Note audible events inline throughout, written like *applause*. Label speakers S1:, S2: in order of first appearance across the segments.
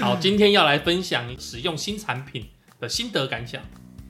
S1: 好，今天要来分享使用新产品的心得感想。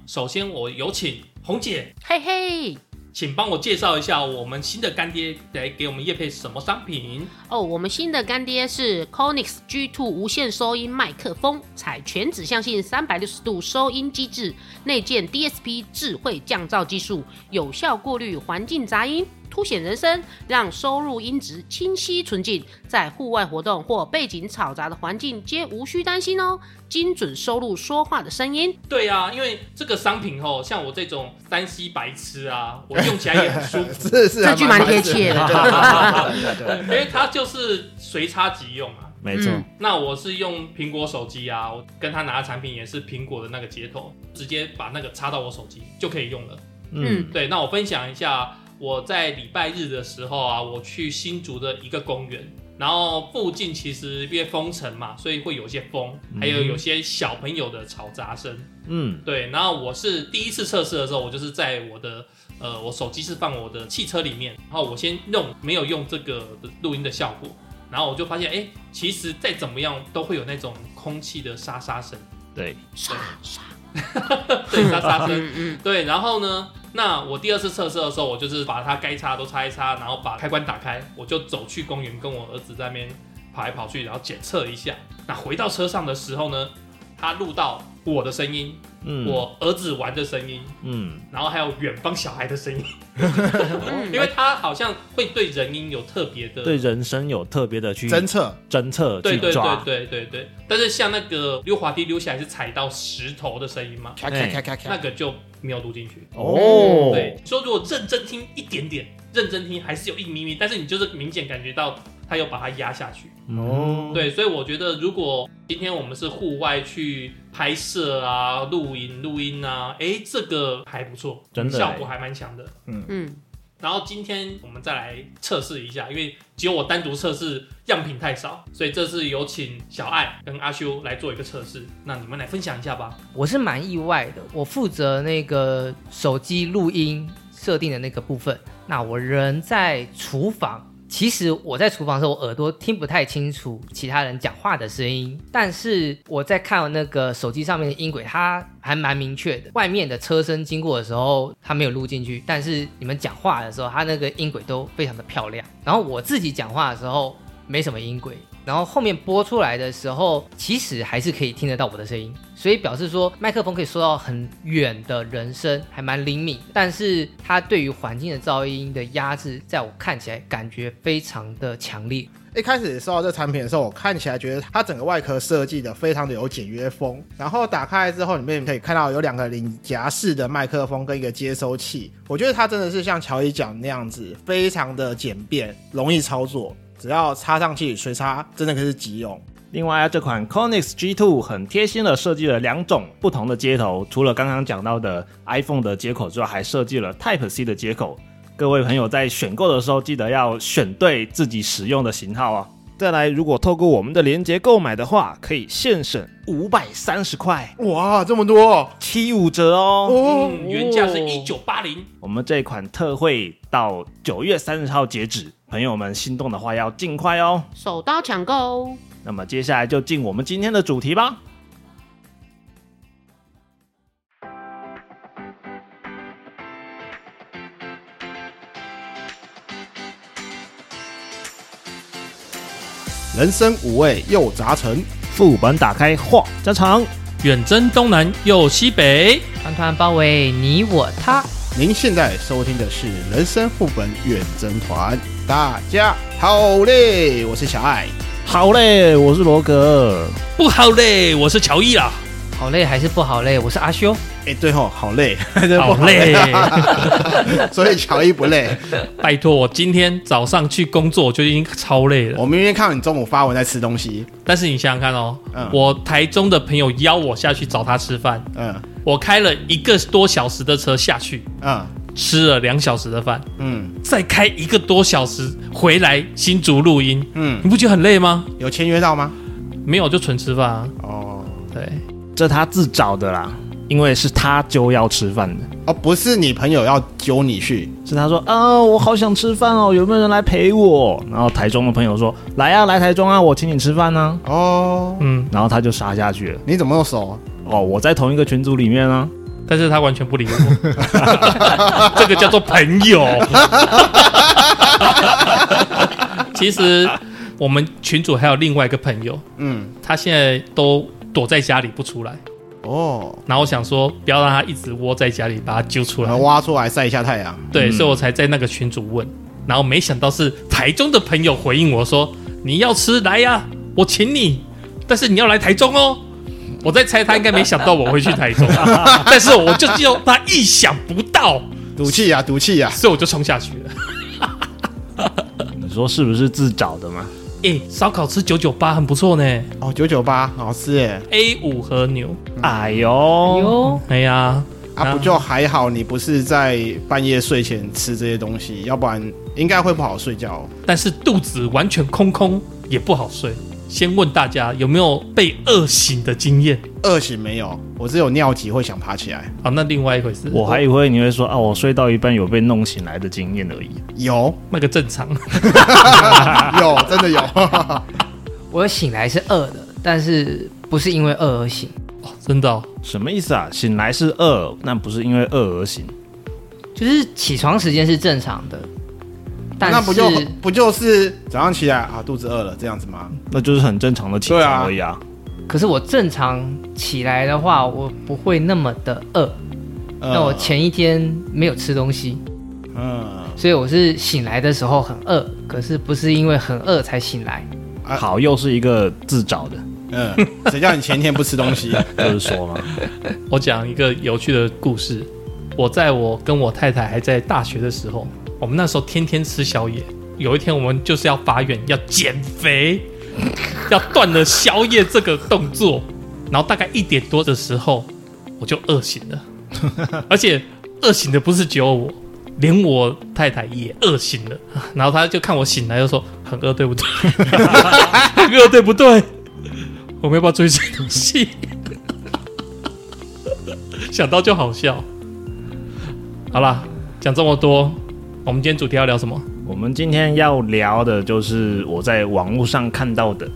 S1: 首先，我有请红姐，
S2: 嘿嘿，
S1: 请帮我介绍一下我们新的干爹来给我们叶配什么商品。
S2: 哦，我们新的干爹是 c o n i x G2 无线收音麦克风，采全指向性三百六十度收音机制，内建 DSP 智慧降噪技术，有效过滤环境杂音，凸显人声，让收入音质清晰纯净，在户外活动或背景嘈杂的环境皆无需担心哦，精准收录说话的声音。
S1: 对啊，因为这个商品吼，像我这种三 C 白痴啊，我用起来也很舒
S3: *laughs*
S1: 服，
S3: 是是，
S2: 这句蛮贴切的
S3: 还蛮贴切的 *laughs* 对对对
S1: 因为它就是随插即用啊。
S4: *laughs* 没错，
S2: 嗯
S1: 那我是用苹果手机啊，我跟他拿的产品也是苹果的那个接头，直接把那个插到我手机就可以用了。
S4: 嗯，
S1: 对，那我分享一下，我在礼拜日的时候啊，我去新竹的一个公园，然后附近其实因为封城嘛，所以会有些风，还有有些小朋友的吵杂声。
S4: 嗯，
S1: 对，然后我是第一次测试的时候，我就是在我的呃，我手机是放我的汽车里面，然后我先弄没有用这个录音的效果，然后我就发现，哎，其实再怎么样都会有那种空气的沙沙声， *laughs*
S4: 对，
S2: 刷刷，
S1: 对，沙沙声。
S2: 嗯嗯，
S1: 对，然后呢，那我第二次测试的时候，我就是把它该插的都插一插，然后把开关打开，我就走去公园跟我儿子在那边跑来跑去，然后检测一下。那回到车上的时候呢，他录到我的声音，
S4: 嗯，，
S1: 我儿子玩的声音， *laughs*
S4: 嗯，
S1: 然后还有远方小孩的声音，
S2: 嗯
S1: 因为他好像会对人音有特别的
S4: 对人生有特别的去
S3: 侦测
S4: 侦测
S1: 对
S4: 去
S1: 对对
S4: 抓，
S1: 对对对，但是像那个溜滑梯溜下来是踩到石头的声音嘛，
S3: 咔咔
S4: 哎
S3: 咔咔咔
S1: 那个就没有录进去。
S4: 哦，
S1: 嗯对，，说如果认真听一点点，认真听还是有一咪咪，但是你就是明显感觉到他有把它压下去。
S4: 哦，
S1: 对，所以我觉得如果今天我们是户外去拍摄啊、录影、录音啊，诶，这个还不错，
S4: 真的
S1: 效
S4: 欸
S1: 果还蛮强的。
S2: 嗯，
S1: 然后今天我们再来测试一下，因为只有我单独测试样品太少，所以这次有请小爱跟阿修来做一个测试。那你们来分享一下吧。
S5: 我是蛮意外的，我负责那个手机录音设定的那个部分。那我人在厨房，其实我在厨房的时候，我耳朵听不太清楚其他人讲话的声音，但是我在看那个手机上面的音轨，它还蛮明确的。外面的车声经过的时候，它没有录进去，但是你们讲话的时候，它那个音轨都非常的漂亮。然后我自己讲话的时候，没什么音轨，然后后面播出来的时候，其实还是可以听得到我的声音，所以表示说麦克风可以收到很远的人声，还蛮灵敏。但是它对于环境的噪音的压制，在我看起来感觉非常的强烈。
S3: 一哎开始收到这产品的时候，我看起来觉得它整个外壳设计的非常的有简约风。然后打开来之后，里面可以看到有两个领夹式的麦克风跟一个接收器。我觉得它真的是像乔伊讲那样子，非常的简便，容易操作。只要插上去随插，真的可是急用。
S4: 另外啊，这款 c o n i x G2 很贴心的设计了两种不同的接头，除了刚刚讲到的 iPhone 的接口之外，还设计了 Type C 的接口。各位朋友在选购的时候，记得要选对自己使用的型号啊。再来，如果透过我们的链接购买的话，可以现省五百三十块，
S3: 哇，这么多
S4: 七五折哦。
S3: 哦！
S1: 嗯，原价是一九八零，
S4: 我们这款特惠到九月三十号截止，朋友们心动的话要尽快哦。
S2: 手刀抢购哦。
S4: 那么接下来就进我们今天的主题吧。
S3: 人生五味又杂陈，
S4: 副本打开话家常，
S1: 远征东南又西北。
S5: 团团包围你我他，
S3: 您现在收听的是《人生副本远征团》，大家好嘞，我是小爱。
S4: 好嘞，我是罗格。
S1: 不好嘞，我是乔伊啊啦。
S5: 好累还是不好累？我是阿修，
S3: 哎、对吼，好累， *laughs*
S1: 好累， *laughs*
S3: 所以乔伊不累。
S1: 拜托，我今天早上去工作就已经超累了。
S3: 我明明看到你中午发文在吃东西，
S1: 但是你想想看哦，
S3: 嗯
S1: 我台中的朋友邀我下去找他吃饭，
S3: 嗯
S1: 我开了一个多小时的车下去，
S3: 嗯
S1: 吃了两小时的饭，
S3: 嗯
S1: 再开一个多小时回来新竹录音，
S3: 嗯，
S1: 你不觉得很累吗？
S3: 有签约到吗？
S1: 没有，就纯吃饭啊。
S3: 哦，
S1: 对，
S4: 这他自找的啦，因为是他就要吃饭的，
S3: 哦，不是你朋友要揪你去，
S4: 是他说啊，我好想吃饭哦，有没有人来陪我？然后台中的朋友说来啊，来台中啊，我请你吃饭呢、
S3: 哦，
S1: 嗯，
S4: 然后他就杀下去了。
S3: 你怎么那么熟？啊
S4: 哦，我在同一个群组里面啊，
S1: 但是他完全不理我，这个叫做朋友。其实我们群主还有另外一个朋友，
S3: 嗯，
S1: 他现在都躲在家里不出来，
S3: 哦，
S1: 然后我想说不要让他一直窝在家里，把他揪出
S3: 把
S1: 来
S3: 它。挖出来晒一下太阳。
S1: 对，
S4: 嗯
S1: 所以我才在那个群主问，然后没想到是台中的朋友回应我说：“你要吃来呀、我请你，但是你要来台中哦。”我在猜他应该没想到我会去台中，但是我就只有他意想不到，
S3: 赌气呀、啊，赌气呀、
S1: 所以我就冲下去了。
S4: 你说是不是自找的嘛？
S1: 诶，烧烤吃九九八很不错呢
S3: 哦，九九八，好吃耶！
S1: ，A 五和牛。
S4: 哎呦，
S5: 哟，
S1: 哎呀，
S3: 啊，
S1: 啊
S3: 不就还好？你不是在半夜睡前吃这些东西，要不然应该会不好睡觉哦、
S1: 但是肚子完全空空，也不好睡。先问大家有没有被饿醒的经验？
S3: 饿醒没有？我只有尿急会想爬起来。
S1: 好，那另外一回事，
S4: 我还以为你会说啊，我睡到一半有被弄醒来的经验而已。
S3: 有
S1: 那个正常。
S3: 有，真的有。
S5: 我醒来是饿的，但是不是因为饿而醒，
S1: *laughs* 真的、哦，
S4: 什么意思啊？醒来是饿，那不是因为饿而醒。
S5: 就是起床时间是正常的，但
S3: 那不就是不就是早上起来啊，肚子饿了这样子吗？
S4: 那就是很正常的起床而已啊。
S5: 可是我正常起来的话，我不会那么的饿。
S3: 呃
S5: 那我前一天没有吃东西，
S3: 嗯
S5: 所以我是醒来的时候很饿，可是不是因为很饿才醒来。
S3: 啊
S4: 好，又是一个自找的， *laughs*
S3: 嗯，谁叫你前一天不吃东西？
S4: 就是说嘛，
S1: 我讲一个有趣的故事。我在我跟我太太还在大学的时候，我们那时候天天吃宵夜。有一天我们就是要发愿要减肥， *laughs* 要断了宵夜这个动作。然后大概一点多的时候，我就饿醒了，而且饿醒的不是只有我，连我太太也饿醒了。然后她就看我醒来，就说很饿，对不对？ *laughs* 很饿，对不对？ *laughs* 我们要不要追这东西？想到就好笑。好啦，讲这么多，我们今天主题要聊什么？
S4: 我们今天要聊的就是我在网络上看到的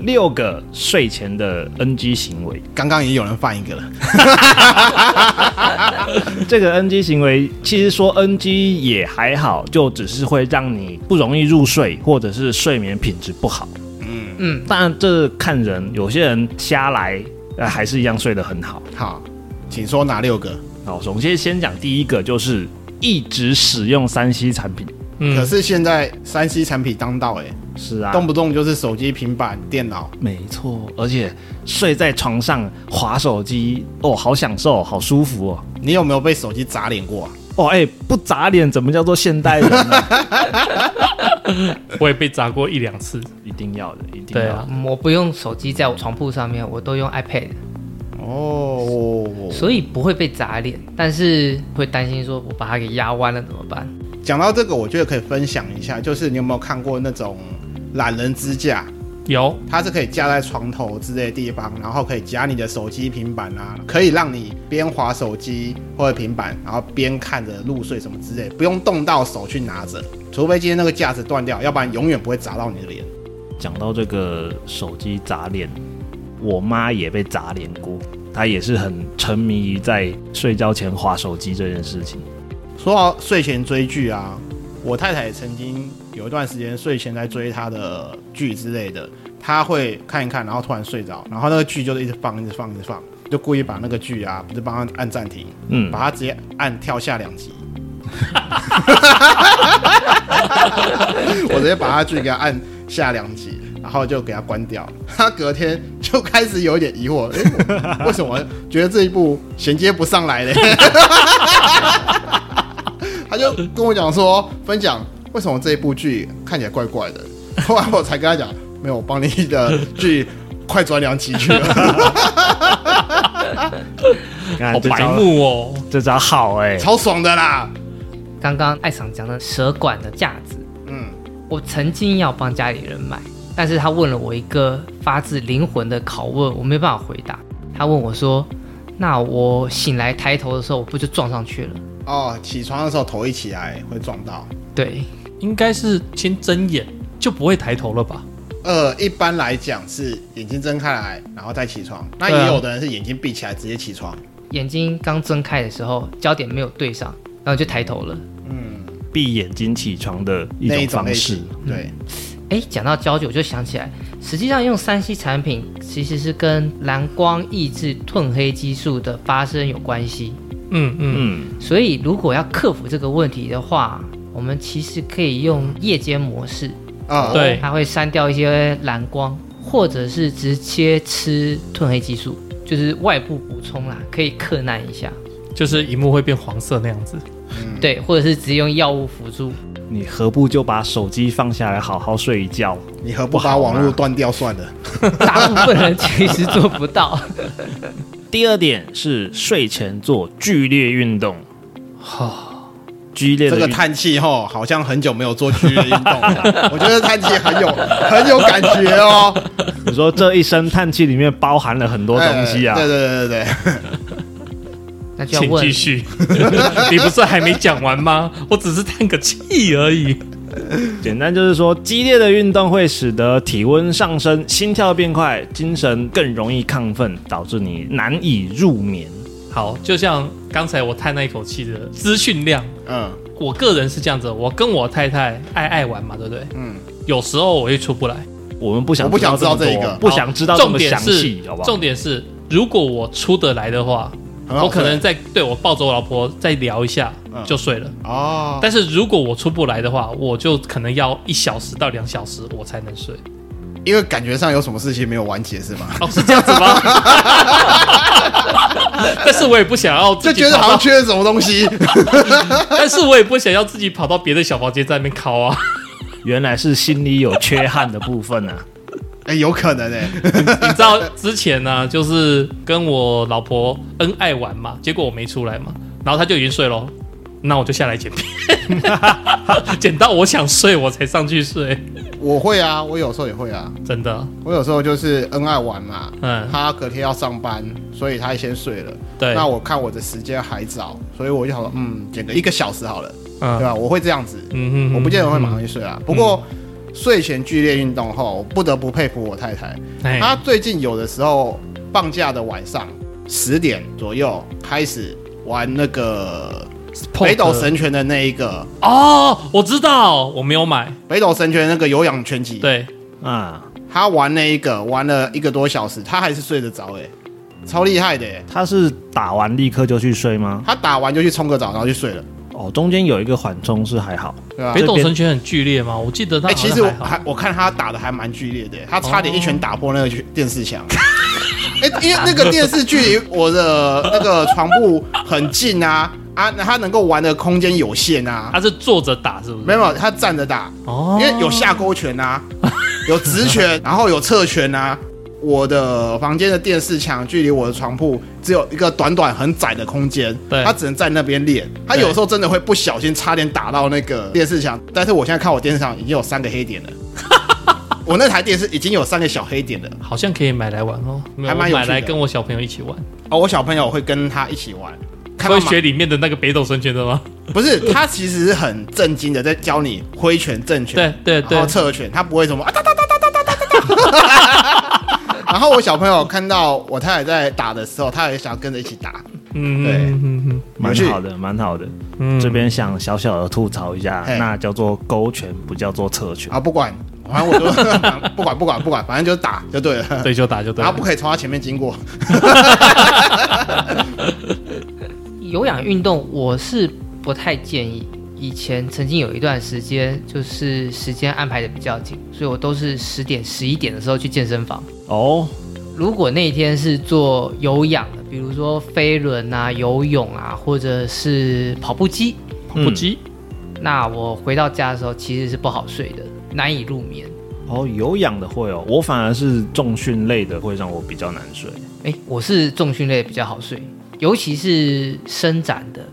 S4: 六个睡前的 NG 行为。
S3: 刚刚也有人犯一个了，
S4: 这个 NG 行为其实说 NG 也还好，就只是会让你不容易入睡，或者是睡眠品质不好。
S5: 嗯，
S4: 当然这看人，有些人瞎来，呃，还是一样睡得很好。
S3: 好，请说哪六个？
S4: 好，首先先讲第一个，就是一直使用三 C 产品。
S3: 可
S1: 嗯，
S3: 是现在三 C 产品当道、欸，
S4: 是啊，
S3: 动不动就是手机、平板、电脑，
S4: 没错，而且睡在床上划手机，哦，好享受，好舒服哦。
S3: 你有没有被手机砸脸过啊？
S4: 哦，哎、不眨脸怎么叫做现代人啊呢、
S1: 我也被砸过一两次。
S4: 一定要的，一定
S1: 对
S4: 要。
S1: 啊，
S5: 嗯我不用手机在我床铺上面，我都用 iPad，
S3: 哦，
S5: 所以不会被砸脸，但是会担心说我把它给压弯了怎么办？
S3: 讲到这个，我觉得可以分享一下，就是你有没有看过那种懒人支架？
S1: 有
S3: 它是可以架在床头之类的地方，然后可以夹你的手机、平板啊，可以让你边划手机或者平板，然后边看着入睡什么之类，不用动到手去拿着，除非今天那个架子断掉，要不然永远不会砸到你的脸。
S4: 讲到这个手机砸脸，我妈也被砸脸过，她也是很沉迷于在睡觉前划手机这件事情。
S3: 说到睡前追剧啊，我太太也曾经有一段时间睡前在追她的剧之类的，她会看一看，然后突然睡着，然后那个剧就是一直放，一直放，一直放，就故意把那个剧啊，不是帮她按暂停，
S4: 嗯
S3: 把，她直接按跳下两集。我直接把她剧给她按下两集，然后就给她关掉。她隔天就开始有一点疑惑，诶我为什么觉得这一部衔接不上来嘞？她就跟我讲说，分享为什么这一部剧看起来怪怪的。 *laughs* 后来我才跟她讲，没有，我帮你的剧快转两集去
S4: *laughs*
S3: 了，
S4: 看
S1: 好
S4: 这
S1: 白
S4: 招，
S1: 目哦。
S4: 这招好哎、
S3: 超爽的啦。
S5: 刚刚艾桑讲的舌管的架子，
S3: 嗯，
S5: 我曾经要帮家里人买，但是他问了我一个发自灵魂的拷问，我没办法回答。他问我说：“那我醒来抬头的时候，我不就撞上去了？
S3: 哦，起床的时候头一起来会撞到。
S5: 对，
S1: 应该是先睁眼就不会抬头了吧？
S3: 呃，一般来讲是眼睛睁开来，然后再起床。那
S5: 对
S3: 也
S5: 啊
S3: 有的人是眼睛闭起来直接起床。
S5: 眼睛刚睁开的时候，焦点没有对上，然后就抬头了。
S3: 嗯，
S4: 闭眼睛起床的一
S3: 那
S4: 种
S3: 一种
S4: 方
S3: 类
S4: 式嗯
S3: 型。。对，
S5: 哎，讲到焦距，我就想起来，实际上用三 C 产品其实是跟蓝光抑制褪黑激素的发生有关系。
S1: 嗯嗯，
S4: 嗯，
S5: 所以如果要克服这个问题的话，我们其实可以用夜间模式，
S3: 啊、
S1: 对
S5: 它会删掉一些蓝光，或者是直接吃褪黑激素，就是外部补充啦，可以克难一下。
S1: 就是荧幕会变黄色那样子。
S5: 对，或者是直接用药物辅助。 *laughs*
S4: 你何不就把手机放下来，好好睡一觉？
S3: 你何不把网络断掉算了？
S5: 大部分人其实做不到。
S4: 第二点是睡前做剧烈运动，
S1: 哈，
S4: 剧烈
S3: 这
S4: 的
S3: 个
S4: 运
S3: 叹气吼，好像很久没有做剧烈运动了。我觉得叹气很有很有感觉哦。
S4: 你说这一声叹气里面包含了 *laughs* 很多东西啊
S3: 哎。对对对对对，
S5: 那就要
S1: 请
S5: 问
S1: 继，续。 *laughs* 你不是还没讲完吗？我只是叹个气而已。
S4: 简单就是说，激烈的运动会使得体温上升，心跳变快，精神更容易亢奋，导致你难以入眠。
S1: 好，就像刚才我叹那一口气的资讯量，
S3: 嗯
S1: 我个人是这样子，我跟我太太爱爱玩嘛，对不对？
S3: 嗯，
S1: 有时候我会出不来。
S4: 我们不想
S3: 我不想
S4: 知道
S3: 知道这
S4: 么
S3: 一
S4: 多
S3: 个
S4: 不想知道这
S1: 重
S4: 么
S1: 点
S4: 详细，
S1: 是
S4: 好不，好
S1: 重？点是，如果我出得来的话，
S3: 很好
S1: 我可能
S3: 睡
S1: 再对我抱着我老婆再聊一下
S3: 嗯
S1: 就睡了。
S3: 哦，
S1: 但是如果我出不来的话，我就可能要一小时到两小时我才能睡。
S3: 因为感觉上有什么事情没有完结是吗？
S1: 哦，是这样子
S3: *laughs*
S1: 吗？但是我也不想要
S3: 就
S1: 自己
S3: 觉得
S1: 跑
S3: 好像
S1: 到，
S3: 缺了什么东西。
S1: 但是我也不想要自己跑到别的小房间在那边敲啊，
S4: 原来是心里有缺憾的部
S3: *laughs*
S4: 分啊。
S3: *laughs* 哎、有可能哎、
S1: 你知道之前呢、就是跟我老婆恩爱玩嘛，结果我没出来嘛，然后她就已经睡咯，那我就下来剪片， *laughs* 剪到我想睡我才上去睡，
S3: 我会啊，我有时候也会啊。
S1: 真的，
S3: 我有时候就是恩爱玩嘛，
S1: 嗯，
S3: 他隔天要上班，所以他先睡了。
S1: 对，
S3: 那我看我的时间还早，所以我就想说，嗯，剪个一个小时好了，
S1: 嗯
S3: 对吧？啊我会这样子，
S1: 嗯哼嗯
S3: 我不见得会马上去睡啊。不过睡前剧烈运动后，我不得不佩服我太太，
S1: 哎
S3: 她最近有的时候放假的晚上十点左右开始玩那个北斗神拳的那一个
S1: 哦，我知道，我没有买，
S3: 北斗神拳那个有氧拳击，
S1: 对，
S4: 啊，
S3: 她玩那一个玩了一个多小时，她还是睡得着哎、超厉害的哎、
S4: 他是打完立刻就去睡吗？
S3: 她打完就去冲个澡，然后就睡了，
S4: 哦，中间有一个缓冲是还好，
S3: 对吧
S1: 北？斗神拳很剧烈吗？我记得它
S3: 啊哎、
S1: 好
S3: 其
S1: 像
S3: 实我
S1: 还好
S3: 还我看她打的还蛮剧烈的、她差点一拳打破那个电
S1: *laughs*
S3: 视墙。哎、因为那个电视距离我的那个床铺很近啊啊，那她能够玩的空间有限啊。
S1: 它是坐着打是不是？
S3: 没有，她站着打，
S1: 哦，
S3: 因为有下勾拳
S1: *laughs*
S3: 啊，有直拳，然后有侧拳啊。我的房间的电视墙距离我的床铺只有一个短短很窄的空间，
S1: 对
S3: 他只能在那边练。他有时候真的会不小心差点打到那个电视墙，但是我现在看我电视墙已经有三个
S1: *laughs*
S3: 黑点了，我那台电视已经有三个小黑点了。
S1: 好像可以买来玩哦，没有
S3: 还蛮
S1: 我
S3: 有
S1: 买
S3: 趣的
S1: 来跟我小朋友一起玩，
S3: 哦，我小朋友会跟他一起玩，看到
S1: 会
S3: 马
S1: 学里面的那个北斗神拳的吗？
S3: 不是他其实是很震惊的在教你挥拳正拳，
S1: 对对对
S3: 然后，侧拳，他不会什么啊哒哒哒哒哒哒哒
S1: *laughs*
S3: 哒哒。然后我小朋友看到我太太在打的时候，他也想跟着一起打。
S1: 嗯，
S3: 对
S1: 嗯
S4: 蛮
S3: 有趣
S4: 好的，蛮好的。
S1: 嗯嗯
S4: 这边想小小的吐槽一下，
S3: 嘿
S4: 那叫做勾拳，不叫做侧拳。
S3: 啊，不管，反正我就 *laughs* 不管不管不管，反正就是打就对了。
S1: 对就打就对
S3: 然
S1: 了
S3: 后不可以从他前面经过。
S5: 有氧运动我是不太建议。以前曾经有一段时间，就是时间安排的比较紧，所以我都是十点、十一点的时候去健身房。
S4: 哦，
S5: 如果那一天是做有氧的，比如说飞轮啊、游泳啊，或者是跑步机，
S1: 不急，
S5: 那我回到家的时候其实是不好睡的，难以入眠。
S4: 哦，有氧的会哦，我反而是重训类的会让我比较难睡。
S5: 哎，我是重训类比较好睡，尤其是伸展的，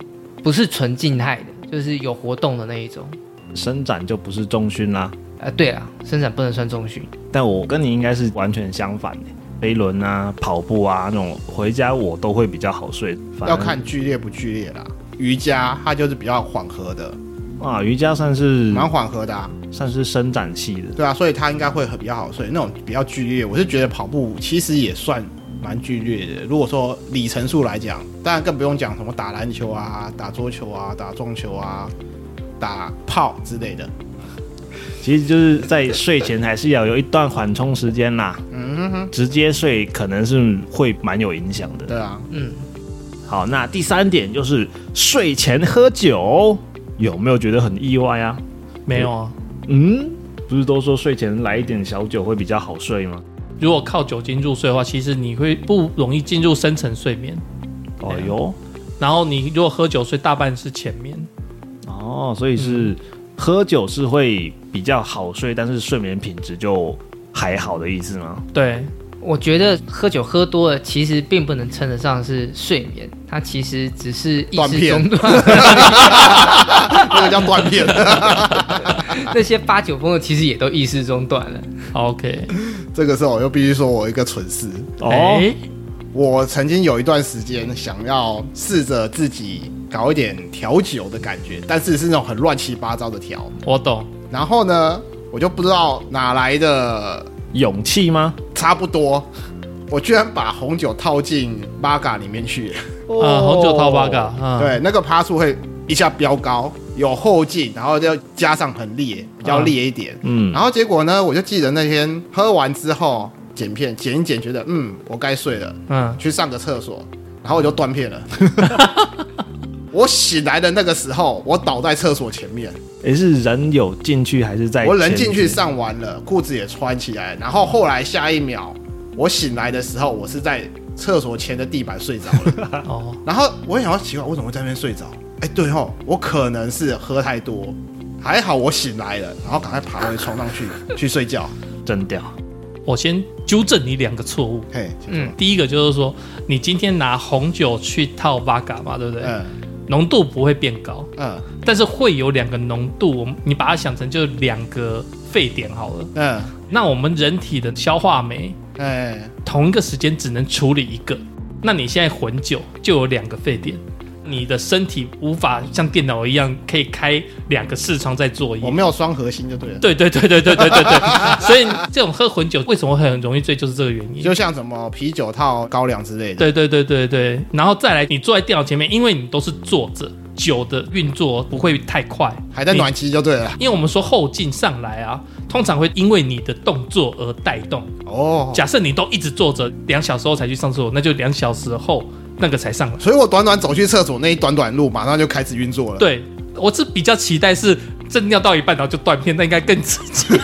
S5: 不是纯静态的，就是有活动的那一种。呃
S4: 伸展就不是重训啦，
S5: 啊，对啊，伸展不能算重训。
S4: 但我跟你应该是完全相反的。飞轮啊、跑步啊那种，回家我都会比较好睡。反
S3: 要
S4: 正
S3: 看剧烈不剧烈啦。瑜伽它就是比较缓和的，
S4: 啊，瑜伽算
S1: 嗯
S4: 是
S3: 蛮缓和的、啊，
S4: 算是伸展系的。
S3: 对啊，所以它应该会很比较好睡。那种比较剧烈，我是觉得跑步其实也算蛮剧烈的。如果说里程数来讲，当然更不用讲什么打篮球啊、打桌球啊、打撞球啊、打炮之类的。
S4: 其实就是在睡前还是要有一段缓冲时间啦。嗯，直接睡可能是会蛮有影响的。
S3: 对啊，
S5: 嗯，
S4: 好，那第三点就是睡前喝酒，有没有觉得很意外啊？
S1: 没有啊。
S4: 嗯，不是都说睡前来一点小酒会比较好睡吗？
S1: 如果靠酒精入睡的话，其实你会不容易进入深层睡眠。啊
S4: 哦哟，
S1: 然后你如果喝酒睡，大半是浅眠。
S4: 哦，所以是、喝酒是会比较好睡，但是睡眠品质就还好的意思吗？
S1: 对，
S5: 我觉得喝酒喝多了，其实并不能称得上是睡眠，它其实只是意
S3: 断
S5: 识
S3: 片
S5: 中断。
S3: 那个叫断片。
S5: *laughs* 那些八九分的其实也都意识中断了。
S1: OK，
S3: 这个时候我又必须说我一个蠢事，
S4: 哦，
S1: 哎
S3: 我曾经有一段时间想要试着自己搞一点调酒的感觉，但是是那种很乱七八糟的调。
S1: 我懂。
S3: 然后呢，我就不知道哪来的
S4: 勇气吗？
S3: 差不多，我居然把红酒套进 v 嘎里面去。
S1: 呃，红酒套八嘎，啊，
S3: 对，那个趴数会一下飙高，有后劲，然后就加上很烈，比较烈一点。
S4: 嗯，
S3: 然后结果呢，我就记得那天喝完之后剪片剪一剪，觉得嗯，我该睡了，
S1: 嗯，
S3: 去上个厕所，然后我就断片了。我醒来的那个时候，我倒在厕所前面，
S4: 也是人有进去还是在？
S3: 我人进去，上完了，裤子也穿起来，然后后来下一秒，我醒来的时候，我是在厕所前的地板睡着了。
S1: *laughs* 哦，
S3: 然后我也想要奇怪，我怎么会在那边睡着？哎，对哦，我可能是喝太多，还好我醒来了，然后赶快爬回床上
S1: *laughs*
S3: 去去睡觉。
S4: 真屌。
S1: 我先纠正你两个错误。
S3: 嘿，
S5: 嗯，
S1: 第一个就是说，你今天拿红酒去套八嘎嘛，对不对？
S3: 嗯
S1: 浓度不会变高，
S3: 嗯
S1: 但是会有两个浓度，我们你把它想成就两个沸点好了。
S3: 嗯，
S1: 那我们人体的消化酶
S3: 哎，
S1: 同一个时间只能处理一个，那你现在混酒就有两个沸点，你的身体无法像电脑一样可以开两个视窗在作
S3: 我
S1: 业。
S3: 没有双核心就对了。
S1: 对对对对对对对对， *laughs* 所以这种喝混酒为什么会很容易醉，就是这个原因。
S3: 就像什么啤酒套高粱之类的，
S1: 对对对对对，然后再来，你坐在电脑前面，因为你都是坐着，酒的运作不会太快，
S3: 还在暖机就对了。
S1: 因为我们说后劲上来啊，通常会因为你的动作而带动。
S3: 哦，
S1: 假设你都一直坐着，两小时后才去上厕所，那就两小时后那个才上来。
S3: 所以我短短走去厕所那一短短路，马上就开始运作了。，
S1: 对，我是比较期待是正尿到一半然后就断片，那应该更 *laughs* 刺激。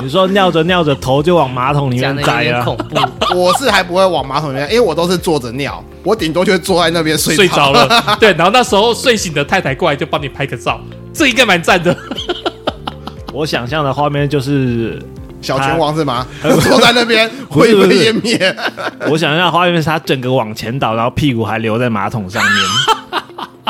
S4: 你说尿着尿着头就往马桶里
S5: 讲
S4: 面
S5: 的有
S4: 栽啊
S5: 点
S4: 了，
S5: 恐怖。
S3: *laughs* 我是还不会往马桶里面，因为我都是坐着尿，我顶多就会坐在那边睡
S1: 睡着了，
S3: *laughs*
S1: 对，然后那时候睡醒的太太过来就帮你拍个照，这应该蛮赞
S3: *laughs*
S1: 的。
S4: 我想象的画面就是，
S3: 小拳王是吗？
S1: *laughs*
S3: 坐在那边
S4: 不
S3: 灰
S4: 是不
S3: 飞
S4: 是
S3: 烟灭。
S4: 我想象的画面是他整个往前倒，然后屁股还留在马桶上面。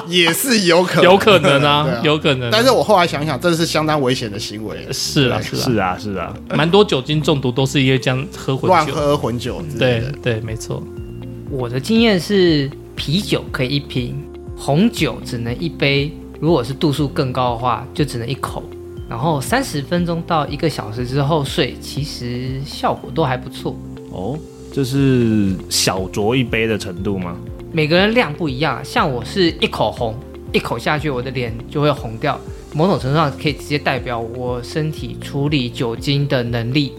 S3: 也是有可能，
S1: 有可能
S3: 对
S1: 啊，有可能啊。
S3: 但是我后来想想，这是相当危险的行为，
S1: *laughs* 是啊，是啊，
S4: 是啊，是啊，
S1: 蛮多酒精中毒都是因为这样喝混
S3: 乱
S1: 酒。
S3: 喝混酒之类
S1: 对
S3: 的。
S1: 对，没错。
S5: *laughs* 我的经验是，啤酒可以一瓶，红酒只能一杯。如果是度数更高的话，就只能一口。然后三十分钟到一个小时之后睡，其实效果都还不错。
S4: 哦，就是小酌一杯的程度吗？
S5: 每个人量不一样，像我是一口红，一口下去我的脸就会红掉，某种程度上可以直接代表我身体处理酒精的能力。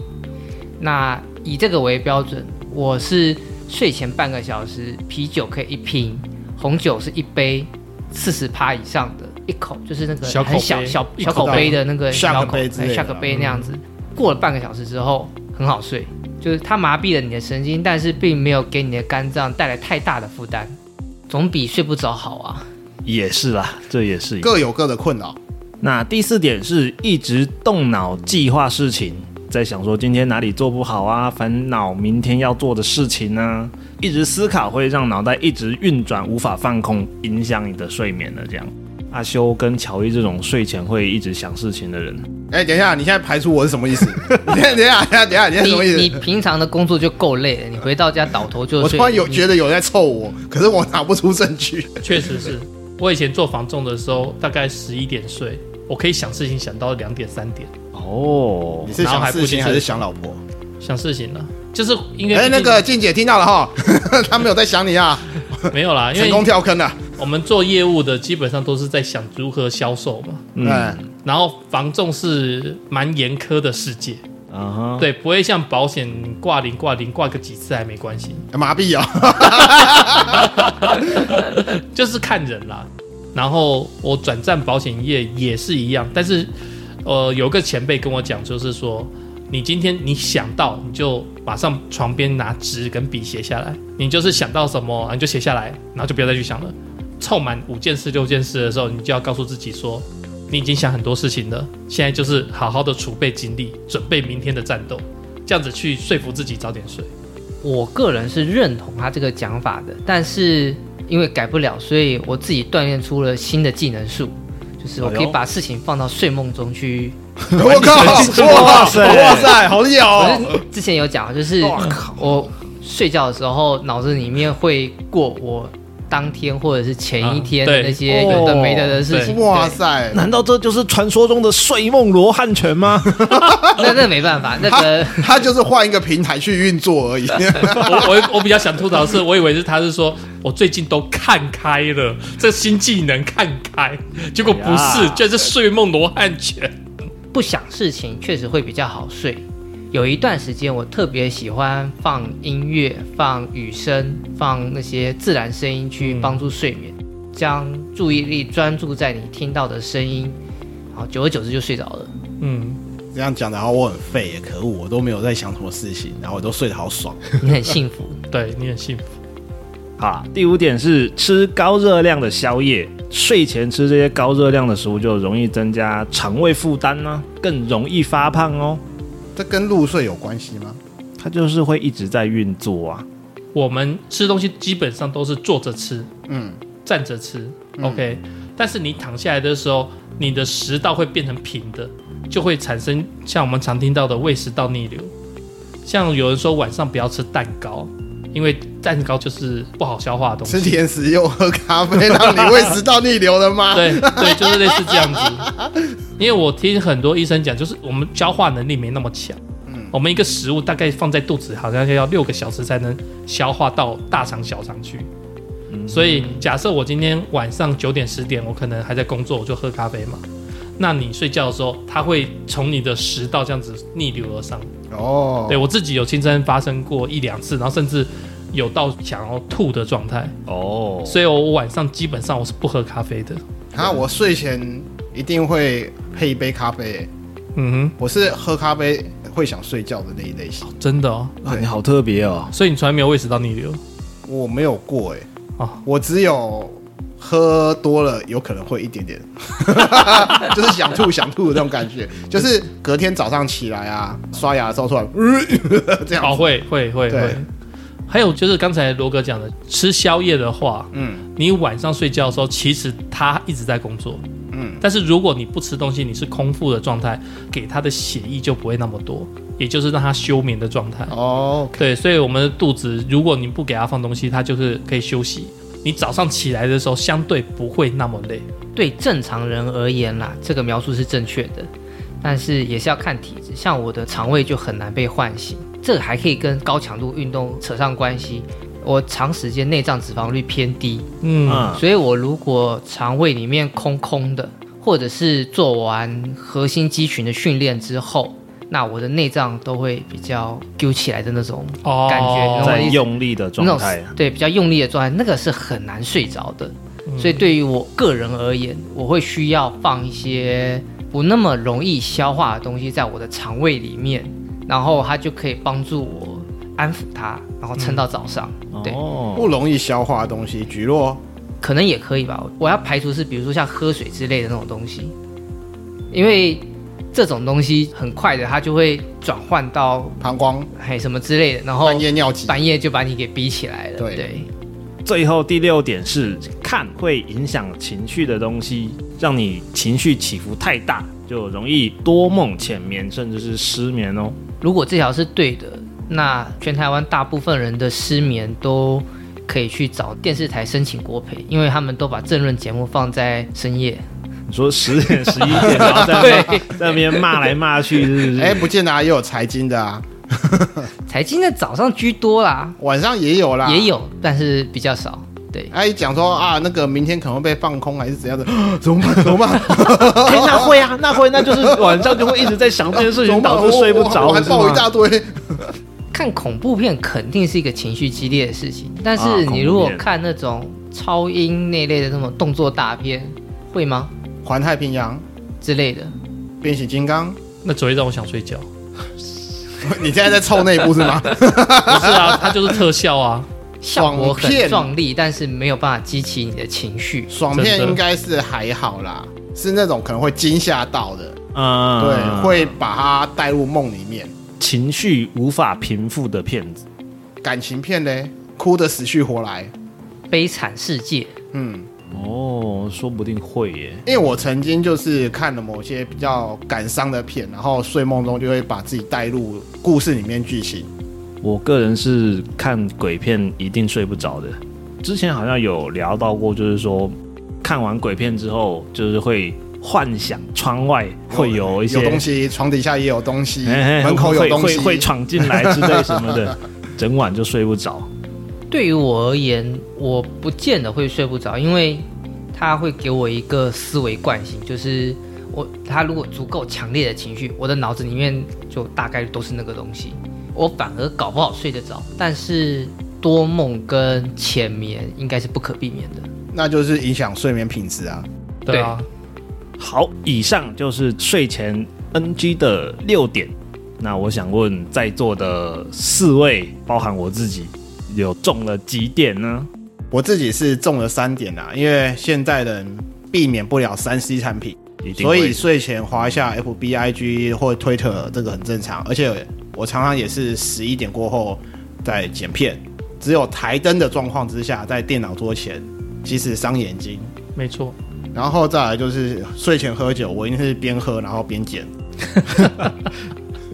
S5: 那以这个为标准，我是睡前半个小时，啤酒可以一瓶，红酒是一杯，四十趴以上的一口，就是那个
S1: 小口
S5: 很小
S1: 杯
S5: 小
S1: 一
S5: 小
S1: 口
S5: 口
S1: 大
S5: 杯的那个
S3: 下个
S5: 小口
S3: 杯之类的嗯
S5: 哎下个杯那样子。过了半个小时之后，很好睡，就是它麻痹了你的神经，但是并没有给你的肝脏带来太大的负担，总比睡不着好啊。
S4: 也是啦，这也是一个。
S3: 各有各的困扰，
S4: 那第四点是一直动脑计划事情，在想说今天哪里做不好啊，烦恼明天要做的事情啊呢、一直思考会让脑袋一直运转，无法放空，影响你的睡眠的这样。阿修跟乔伊这种睡前会一直想事情的人。
S3: 哎，等一下，你现在排除我是什
S1: *laughs*
S3: 么意思？等一下，等一下，等一下，你现在哎
S5: 你
S3: 什么意
S5: 你
S3: 思？
S5: 平常的工作就够累了，你回到家倒头就
S3: 我
S5: 睡。
S3: 突然有
S5: 你
S3: 觉得有人在凑我，可是我拿不出证据。
S1: 确实是我以前做房仲的时候，大概十一点睡，我可以想事情想到两点三点，
S4: 哦
S3: 你，是
S1: 然后
S3: 想
S1: 还不
S3: 事情
S1: 清
S3: 还
S1: 楚
S3: 是想老婆？
S1: 想事情了，就是因为
S3: 哎，那个静姐听到了哈， *laughs* 她没有在想你啊， *laughs*
S1: 没有啦，因
S3: 成
S1: 为
S3: 功跳坑了。
S1: 我们做业务的基本上都是在想如何销售嘛，
S4: 嗯
S3: 哎
S4: 啊，
S1: 然后房仲是蛮严苛的世界，
S4: 啊哈，
S3: 哦
S1: 对，不会像保险你挂零挂零挂个几次还没关系，
S3: 麻痹哦。
S1: 就是看人啦。然后我转战保险业也是一样，但是呃，有个前辈跟我讲，就是说你今天你想到你就马上床边拿纸跟笔写下来，你就是想到什么你就写下来，然后就不要再去想了。凑满五件事六件事的时候，你就要告诉自己说，你已经想很多事情了，现在就是好好的储备精力，准备明天的战斗，这样子去说服自己早点睡。
S5: 我个人是认同他这个讲法的，但是因为改不了，所以我自己锻炼出了新的技能术，就是我可
S4: 哎
S5: 以
S4: 呦
S5: 把事情放到睡梦中去。
S3: *laughs* 我靠！ *laughs* 哇
S4: 哇
S3: 塞！
S4: 塞
S3: 哇塞！好厉害
S5: 我
S3: 哦！
S5: 是之前有讲，就是
S3: 哇
S5: 我睡觉的时候脑子里面会过我当天或者是前一天
S1: 啊对
S5: 的那些有的没的的事情。
S3: 哦哇
S5: 对，
S3: 塞！
S4: 难道这就是传说中的睡梦罗汉拳吗？
S5: 那那没办法，那
S3: 他 *laughs*
S5: 个
S3: 他就是换一个平台去运作而已。
S1: 我我我比较想吐槽的是，我以为是他是说我最近都看开了，这新技能看开，结果不
S4: 哎
S1: 是，
S4: 呀
S1: 居然是睡梦罗汉拳。
S5: 不想事情确实会比较好睡。有一段时间，我特别喜欢放音乐、放雨声、放那些自然声音去帮助睡眠，将注意力专注在你听到的声音，好，久而久之就睡着了。
S1: 嗯，
S3: *laughs* 这样讲的话，我很废耶，可恶，我都没有在想什么事情，然后我都睡得好爽。
S5: 你很幸福，
S1: *laughs* 对你很幸福，
S4: 好，啊第五点是吃高热量的宵夜，睡前吃这些高热量的食物就容易增加肠胃负担呢、更容易发胖哦。
S3: 这跟入睡有关系吗？
S4: 它就是会一直在运作啊。
S1: 我们吃东西基本上都是坐着吃，
S3: 嗯，
S1: 站着吃、o k 但是你躺下来的时候，你的食道会变成平的，就会产生像我们常听到的胃食道逆流。像有人说晚上不要吃蛋糕，因为蛋糕就是不好消化的东西
S3: 吃。甜食又喝咖啡，让你胃食道逆流了 *laughs*
S1: *laughs*
S3: 吗？
S1: 对对，就是类似这样子。因为我听很多医生讲，就是我们消化能力没那么强，嗯，我们一个食物大概放在肚子，好像要六个小时才能消化到大肠、小肠去。所以假设我今天晚上九点、十点，我可能还在工作，我就喝咖啡嘛。那你睡觉的时候，它会从你的食道这样子逆流而上。
S3: 哦，
S1: 对我自己有亲身发生过一两次，然后甚至有到想要吐的状态。
S4: 哦，
S1: 所以我晚上基本上我是不喝咖啡的。
S3: 啊，我睡前一定会配一杯咖啡，
S1: 嗯哼。
S3: 我是喝咖啡会想睡觉的那一类型，
S1: 真的哦，
S4: 哇，你好特别哦。
S1: 所以你从来没有胃食道逆流
S3: 我没有过哎、
S1: 哦
S3: 我只有。喝多了有可能会一点点， *laughs* 就是想吐想吐的那种感觉，就是隔天早上起来啊，刷牙的时候突然、 *laughs* 这样
S1: 哦，
S3: 子，
S1: 会会会
S3: 对
S1: 会。还有就是刚才罗哥讲的，吃宵夜的话，
S3: 嗯
S1: 你晚上睡觉的时候，其实他一直在工作，
S3: 嗯，
S1: 但是如果你不吃东西，你是空腹的状态，给他的血液就不会那么多，也就是让他休眠的状态。
S3: 哦，
S1: 对，所以我们的肚子，如果你不给他放东西，它就是可以休息。你早上起来的时候，相对不会那么累。
S5: 对正常人而言啦，这个描述是正确的，但是也是要看体质。像我的肠胃就很难被唤醒，这个还可以跟高强度运动扯上关系。我长时间内脏脂肪率偏低，
S1: 嗯，
S4: 嗯，
S5: 所以我如果肠胃里面空空的，或者是做完核心肌群的训练之后，那我的内脏都会比较揪起来的那种
S1: 哦
S5: 感觉
S4: 在用力的
S5: 那
S4: 状态啊
S5: 种，对比较用力的状态，那个是很难睡着的。所以对于我个人而言，我会需要放一些不那么容易消化的东西在我的肠胃里面，然后它就可以帮助我安抚它，然后撑到早上。对，
S4: 哦，
S3: 不容易消化的东西，菊络
S5: 可能也可以吧。我要排除是比如说像喝水之类的那种东西，因为这种东西很快的它就会转换到
S3: 膀胱
S5: 还什么之类的，然后
S3: 半夜尿急，
S5: 半夜就把你给逼起来了。
S3: 对
S5: 对
S4: 最后第六点是看会影响情绪的东西，让你情绪起伏太大，就容易多梦、浅眠，甚至是失眠哦。
S5: 如果这条是对的，那全台湾大部分人的失眠都可以去找电视台申请国赔，因为他们都把政论节目放在深夜。
S4: 你说十 *laughs* 点、十一点，然后在那边在那边骂来骂去，是不是？
S3: 哎、不见得啊，也有财经的啊，
S5: 财经的早上居多啦，
S3: 晚上也有
S4: 啊
S3: 啦，
S5: 也。有，但是比较少。对，
S3: 哎，讲说啊，那个明天可能会被放空还是怎样的， *gasps* 怎么办？怎么
S4: *laughs*
S3: 办？
S4: 哎、那会啊，那会，那就是晚上就会一直在想这件
S3: *laughs*
S4: 事
S3: 怎么
S4: 情，
S3: 办
S4: 导致睡不
S3: 我
S4: 着，
S3: 我还
S4: 是吗
S3: 爆一大堆。
S5: 看恐怖片肯定是一个情绪激烈的事情，但
S4: 啊
S5: 是
S4: 恐
S5: 你
S4: 怖
S5: 如果
S4: 片
S5: 看那种超英那类的那种动作大片，会吗？
S3: 环太平洋、
S5: 之类的，
S3: 变形金刚，
S1: 那只会让我想睡觉。
S3: *laughs* 你现在在凑那一部是
S4: *laughs*
S3: 吗？
S1: 不是啊，它就是特效
S3: *laughs*
S1: 啊。
S5: 效果
S3: 爽片
S5: 很壮丽，但是没有办法激起你的情绪。
S3: 爽片应该是还好啦，是那种可能会惊吓到的，
S4: 嗯，
S3: 对，会把它带入梦里面。
S4: 情绪无法平复的骗子。
S3: 感情片嘞，哭得死去活来。
S5: 悲惨世界，
S3: 嗯，
S4: 哦，说不定会耶。
S3: 因为我曾经就是看了某些比较感伤的片，然后睡梦中就会把自己带入故事里面剧情。
S4: 我个人是看鬼片一定睡不着的。之前好像有聊到过，就是说看完鬼片之后，就是会幻想窗外会有一些
S3: 有东西，床底下也有东西，
S4: 哎哎
S3: 门口有
S4: 会
S3: 东
S4: 会
S3: 西，
S4: 会闯进来之类什么
S3: *laughs*
S4: 的，整晚就睡不着。
S5: 对于我而言，我不见得会睡不着，因为它会给我一个思维惯性，就是我它如果足够强烈的情绪，我的脑子里面就大概都是那个东西，我反而搞不好睡得着。但是多梦跟浅眠应该是不可避免的。
S3: 那就是影响睡眠品质啊。
S1: 对啊，
S4: 好，以上就是睡前 NG 的六点。那我想问在座的四位，包含我自己，有中了几点呢？
S3: 我自己是中了三点啦，因为现在人避免不了三 C 产品，
S4: 一定
S3: 所
S4: 会
S3: 以睡前滑一下 FB、IG 或 Twitter 这个很正常。而且我常常也是十一点过后在剪片，只有台灯的状况之下，在电脑桌前其实伤眼睛。
S1: 没错。
S3: 然后再来就是睡前喝酒，我一定是边喝然后边剪，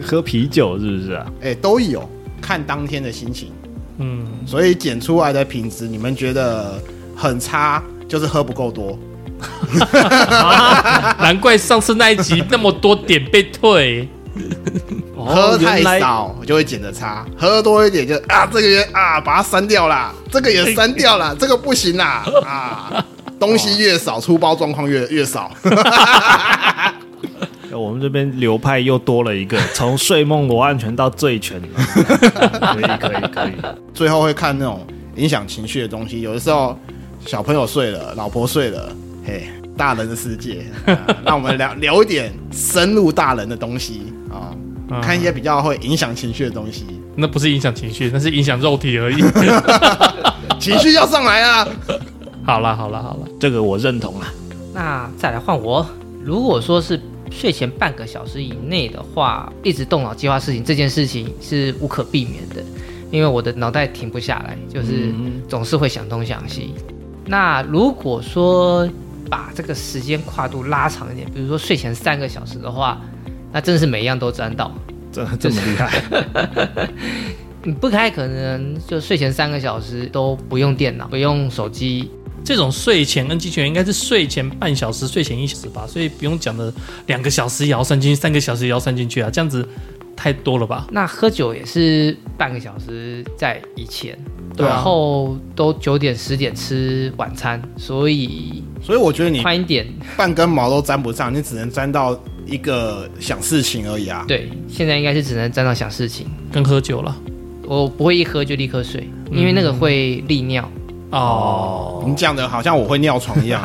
S4: 喝啤酒是不是啊？
S3: 哎、都有看当天的心情。
S1: 嗯，
S3: 所以剪出来的品质，你们觉得很差，就是喝不够多。
S1: 难怪上次那一集那么多点被退。
S3: 喝太
S4: 原来
S3: 少就会剪得差，喝多一点就啊，这个也啊，把它删掉啦，这个也删掉 *laughs* 啦，这个不行啦啊，东西越少，出包状况越越少。 *laughs*
S4: 我们这边流派又多了一个，从睡梦罗安全到
S3: *laughs*
S4: 醉拳，可以可以可以。
S3: 最后会看那种影响情绪的东西，有的时候小朋友睡了，老婆睡了，嘿，大人的世界， *laughs* 啊那、我们聊聊一点深入大人的东西啊，
S1: 嗯
S3: 看一些比较会影响情绪的东西，
S1: 那不是影响情绪，那是影响肉体而已。
S3: 情绪要上来啊。
S1: 好啦，好啦，好啦。
S4: 这个我认同啊。
S5: 那再来换我。如果说是睡前半个小时以内的话，一直动脑计划事情这件事情是无可避免的，因为我的脑袋停不下来，就是
S4: 嗯
S5: 总是会想东想西。那如果说把这个时间跨度拉长一点，比如说睡前三个小时的话，那真的是每一样都沾到。
S4: 这这么厉害，
S5: *laughs* 你不太可能就睡前三个小时都不用电脑、不用手机，
S1: 这种睡前 NG 权应该是睡前半小时、睡前一小时吧，所以不用讲的两个小时也要算进去，三个小时也要算进去啊，这样子太多了吧？
S5: 那喝酒也是半个小时在以前，
S1: 对啊
S5: 然后都九点十点吃晚餐，所以
S3: 所以我觉得你
S5: 宽一点。
S3: 半根毛都沾不上，你只能沾到一个想事情而已啊。
S5: 对，现在应该是只能沾到想事情。
S1: 跟喝酒了
S5: 我不会一喝就立刻睡，因为那个会利尿。
S1: 嗯哦，
S3: 你讲的好像我会尿床一样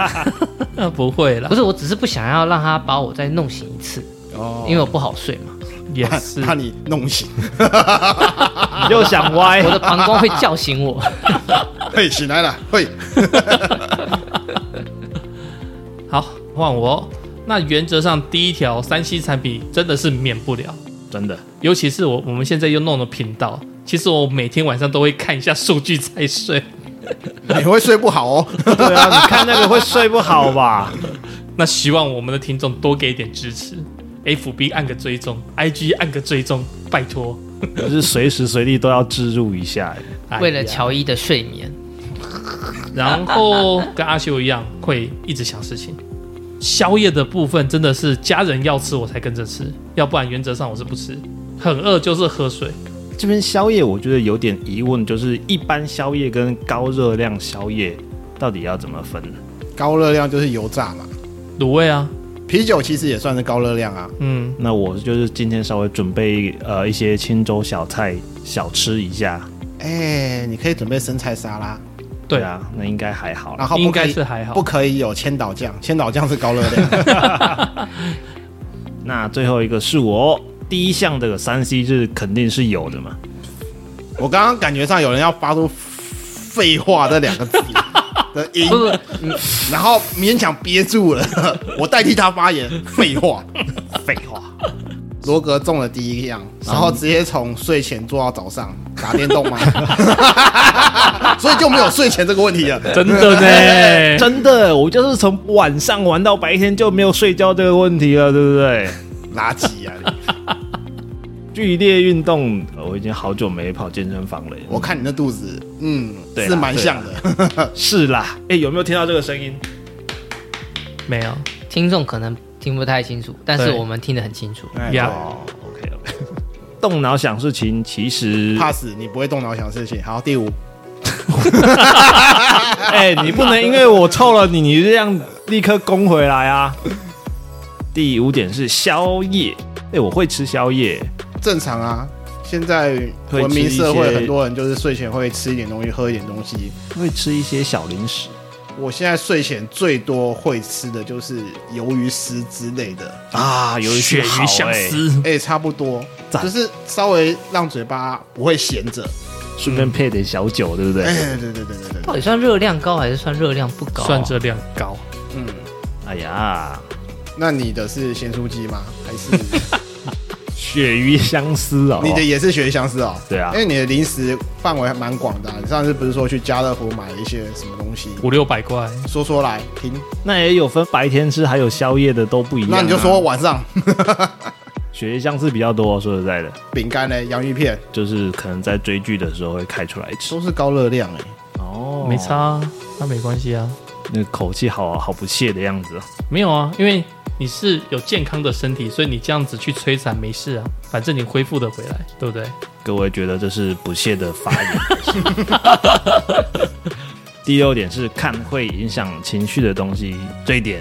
S1: 那不会啦
S5: *laughs* 不，是，我只是不想要让他把我再弄醒一次，
S3: 哦，
S5: 因为我不好睡
S1: *laughs*
S5: 嘛，
S1: 也
S3: 怕
S1: *laughs* 是
S3: 怕你弄醒，
S4: 你又想歪
S5: 我。的膀胱会叫醒我。
S1: 哎
S3: 嘿，醒来了，嘿，
S1: 好换我哦。那原则上第一条，三 C 产品真的是免不了，
S4: 真的，
S1: 尤其是我我们现在又弄了频道，其实我每天晚上都会看一下数据再睡。
S3: 你会睡不好
S1: *laughs*
S3: 哦。
S4: 对啊，你看那个会睡不好吧？
S1: 那希望我们的听众多给一点支持，FB 按个追踪，IG 按个追踪，拜托。
S4: *laughs* 可是随时随地都要置入一下。
S1: 哎呀
S5: 为了乔伊的睡眠，
S1: 然后跟阿修一样，会一直想事情。宵夜的部分真的是家人要吃我才跟着吃，要不然原则上我是不吃。很饿就是喝水，
S4: 这边宵夜我觉得有点疑问，就是一般宵夜跟高热量宵夜到底要怎么分？
S3: 高热量就是油炸嘛，
S1: 卤味啊，
S3: 啤酒其实也算是高热量啊。
S1: 嗯，
S4: 那我就是今天稍微准备呃一些青州小菜小吃一下。
S3: 哎、你可以准备生菜沙拉，
S1: 对
S4: 啊，那应该还好啦。
S3: 然后不
S1: 应
S3: 可
S1: 该
S3: 以
S1: 是还好
S3: 不。可以有千岛酱，千岛酱是高热
S1: *laughs*
S3: 量。
S4: 那最后一个是我第一项这个三 C 是肯定是有的嘛，
S3: 我刚刚感觉上有人要发出“废话”这两个字的
S1: *laughs*
S3: 音，
S5: 不不，
S3: 然后勉强憋住了，我代替他发言。废话，
S4: 废话。
S3: 罗格中了第一样，
S4: 嗯
S3: 然后直接从睡前做到早上打电
S4: *laughs*
S3: 动吗？所以就没有睡前这个问题了。
S1: 真的呢，
S4: 真的，我就是从晚上玩到白天就没有睡觉这个问题了，对不对？
S3: 垃圾啊你！
S4: 剧烈运动，呃我已经好久没跑健身房了。
S3: 我看你那肚子，嗯，
S4: 对啦
S3: 是蛮像的。
S4: 是啦，哎、有没有听到这个声音？
S1: 没有。
S5: 听众可能听不太清楚，但是
S1: 对
S5: 我们听得很清楚。
S3: 哎
S1: 呀
S4: 哦，OK OK。动 *laughs* 脑想事情，其实
S3: pass，你不会动脑想事情。好，第五，
S4: 哎、你不能因为我臭了你，你这样立刻攻回来啊。第五点是宵夜，哎、我会吃宵夜，
S3: 正常啊。现在
S4: 会
S3: 文明
S4: 吃一
S3: 社
S4: 些
S3: 会，很多人就是睡前会吃一点东西，喝一点东西。
S4: 会吃一些小零食。
S3: 我现在睡前最多会吃的就是鱿鱼丝之类的，
S4: 啊，有一
S1: 鳕
S4: 些
S1: 鱼香
S4: 丝，
S1: 丝，
S3: 哎、差不多，
S4: 赞
S3: 就是稍微让嘴巴不会闲着。
S4: 顺便配点小酒，对不对？
S3: 哎、对对对对对
S5: 到底算热量高还是算热量不高啊、
S1: 算热量高。
S3: 嗯，
S4: 哎呀，
S3: 那你的是咸酥鸡吗？还
S4: *laughs*
S3: 是
S4: 鳕鱼香丝哦，
S3: 你的也是雪香丝哦？
S4: 对啊
S3: 因为你的零食范围还蛮广的啊、你上次不是说去家乐福买了一些什么东西？
S1: 五六百块，
S3: 说说来听，
S4: 那也有分白天吃，还有宵夜的都不一样、啊。
S3: 那你就说晚上 *laughs*
S4: 鳕鱼香丝比较多，说实在的，
S3: 饼干呢，洋芋片
S4: 就是可能在追剧的时候会开出来吃。
S3: 都是高热量哎、
S4: 哦
S1: 没差，啊，那没关系啊，
S4: 那口气好好不屑的样子哦。
S1: 没有啊，因为你是有健康的身体，所以你这样子去摧残没事啊，反正你恢复的回来，对不对？
S4: 各位觉得这是不屑的
S3: *laughs*
S4: 发言。第六点是看会影响情绪的东西，这一点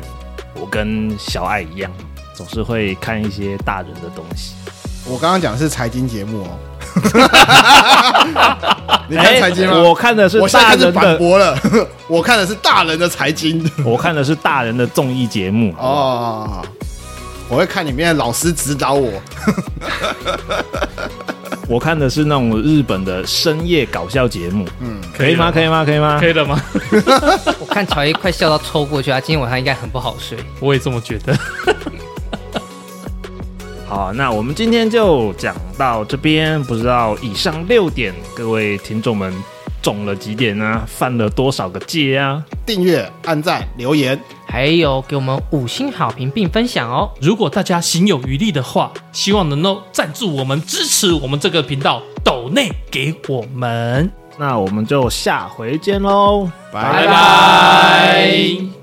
S4: 我跟小爱一样，总是会看一些大人的东西。
S3: 我刚刚讲的是财经节
S4: *laughs*
S3: 目哦。你看财经吗？
S4: 哎我看的是
S3: 我现在
S4: 大
S3: 开始
S4: 人
S3: 反
S4: 的，
S3: 驳了， *laughs* 我看的是大人的财经
S4: 我看的是大人的综艺节目。 *laughs* 哦，
S3: 哦。我会看里面的老师指导我，
S4: 我看的是那种日本的深夜搞笑节目。嗯，可以吗？可以吗？可以吗
S1: 可？以了吗？ *laughs*
S5: 我看乔伊快笑到抽过去，他今天晚上应该很不好睡。
S1: 我也这么觉得。
S4: 好，那我们今天就讲到这边。不知道以上六点，各位听众们中了几点呢、啊犯了多少个戒啊？
S3: 订阅、按赞、留言，
S5: 还有给我们五星好评并分享哦。
S1: 如果大家行有余力的话，希望能够赞助我们、支持我们这个频道，抖内给我们，
S4: 那我们就下回见喽，
S3: 拜
S5: 拜
S1: 拜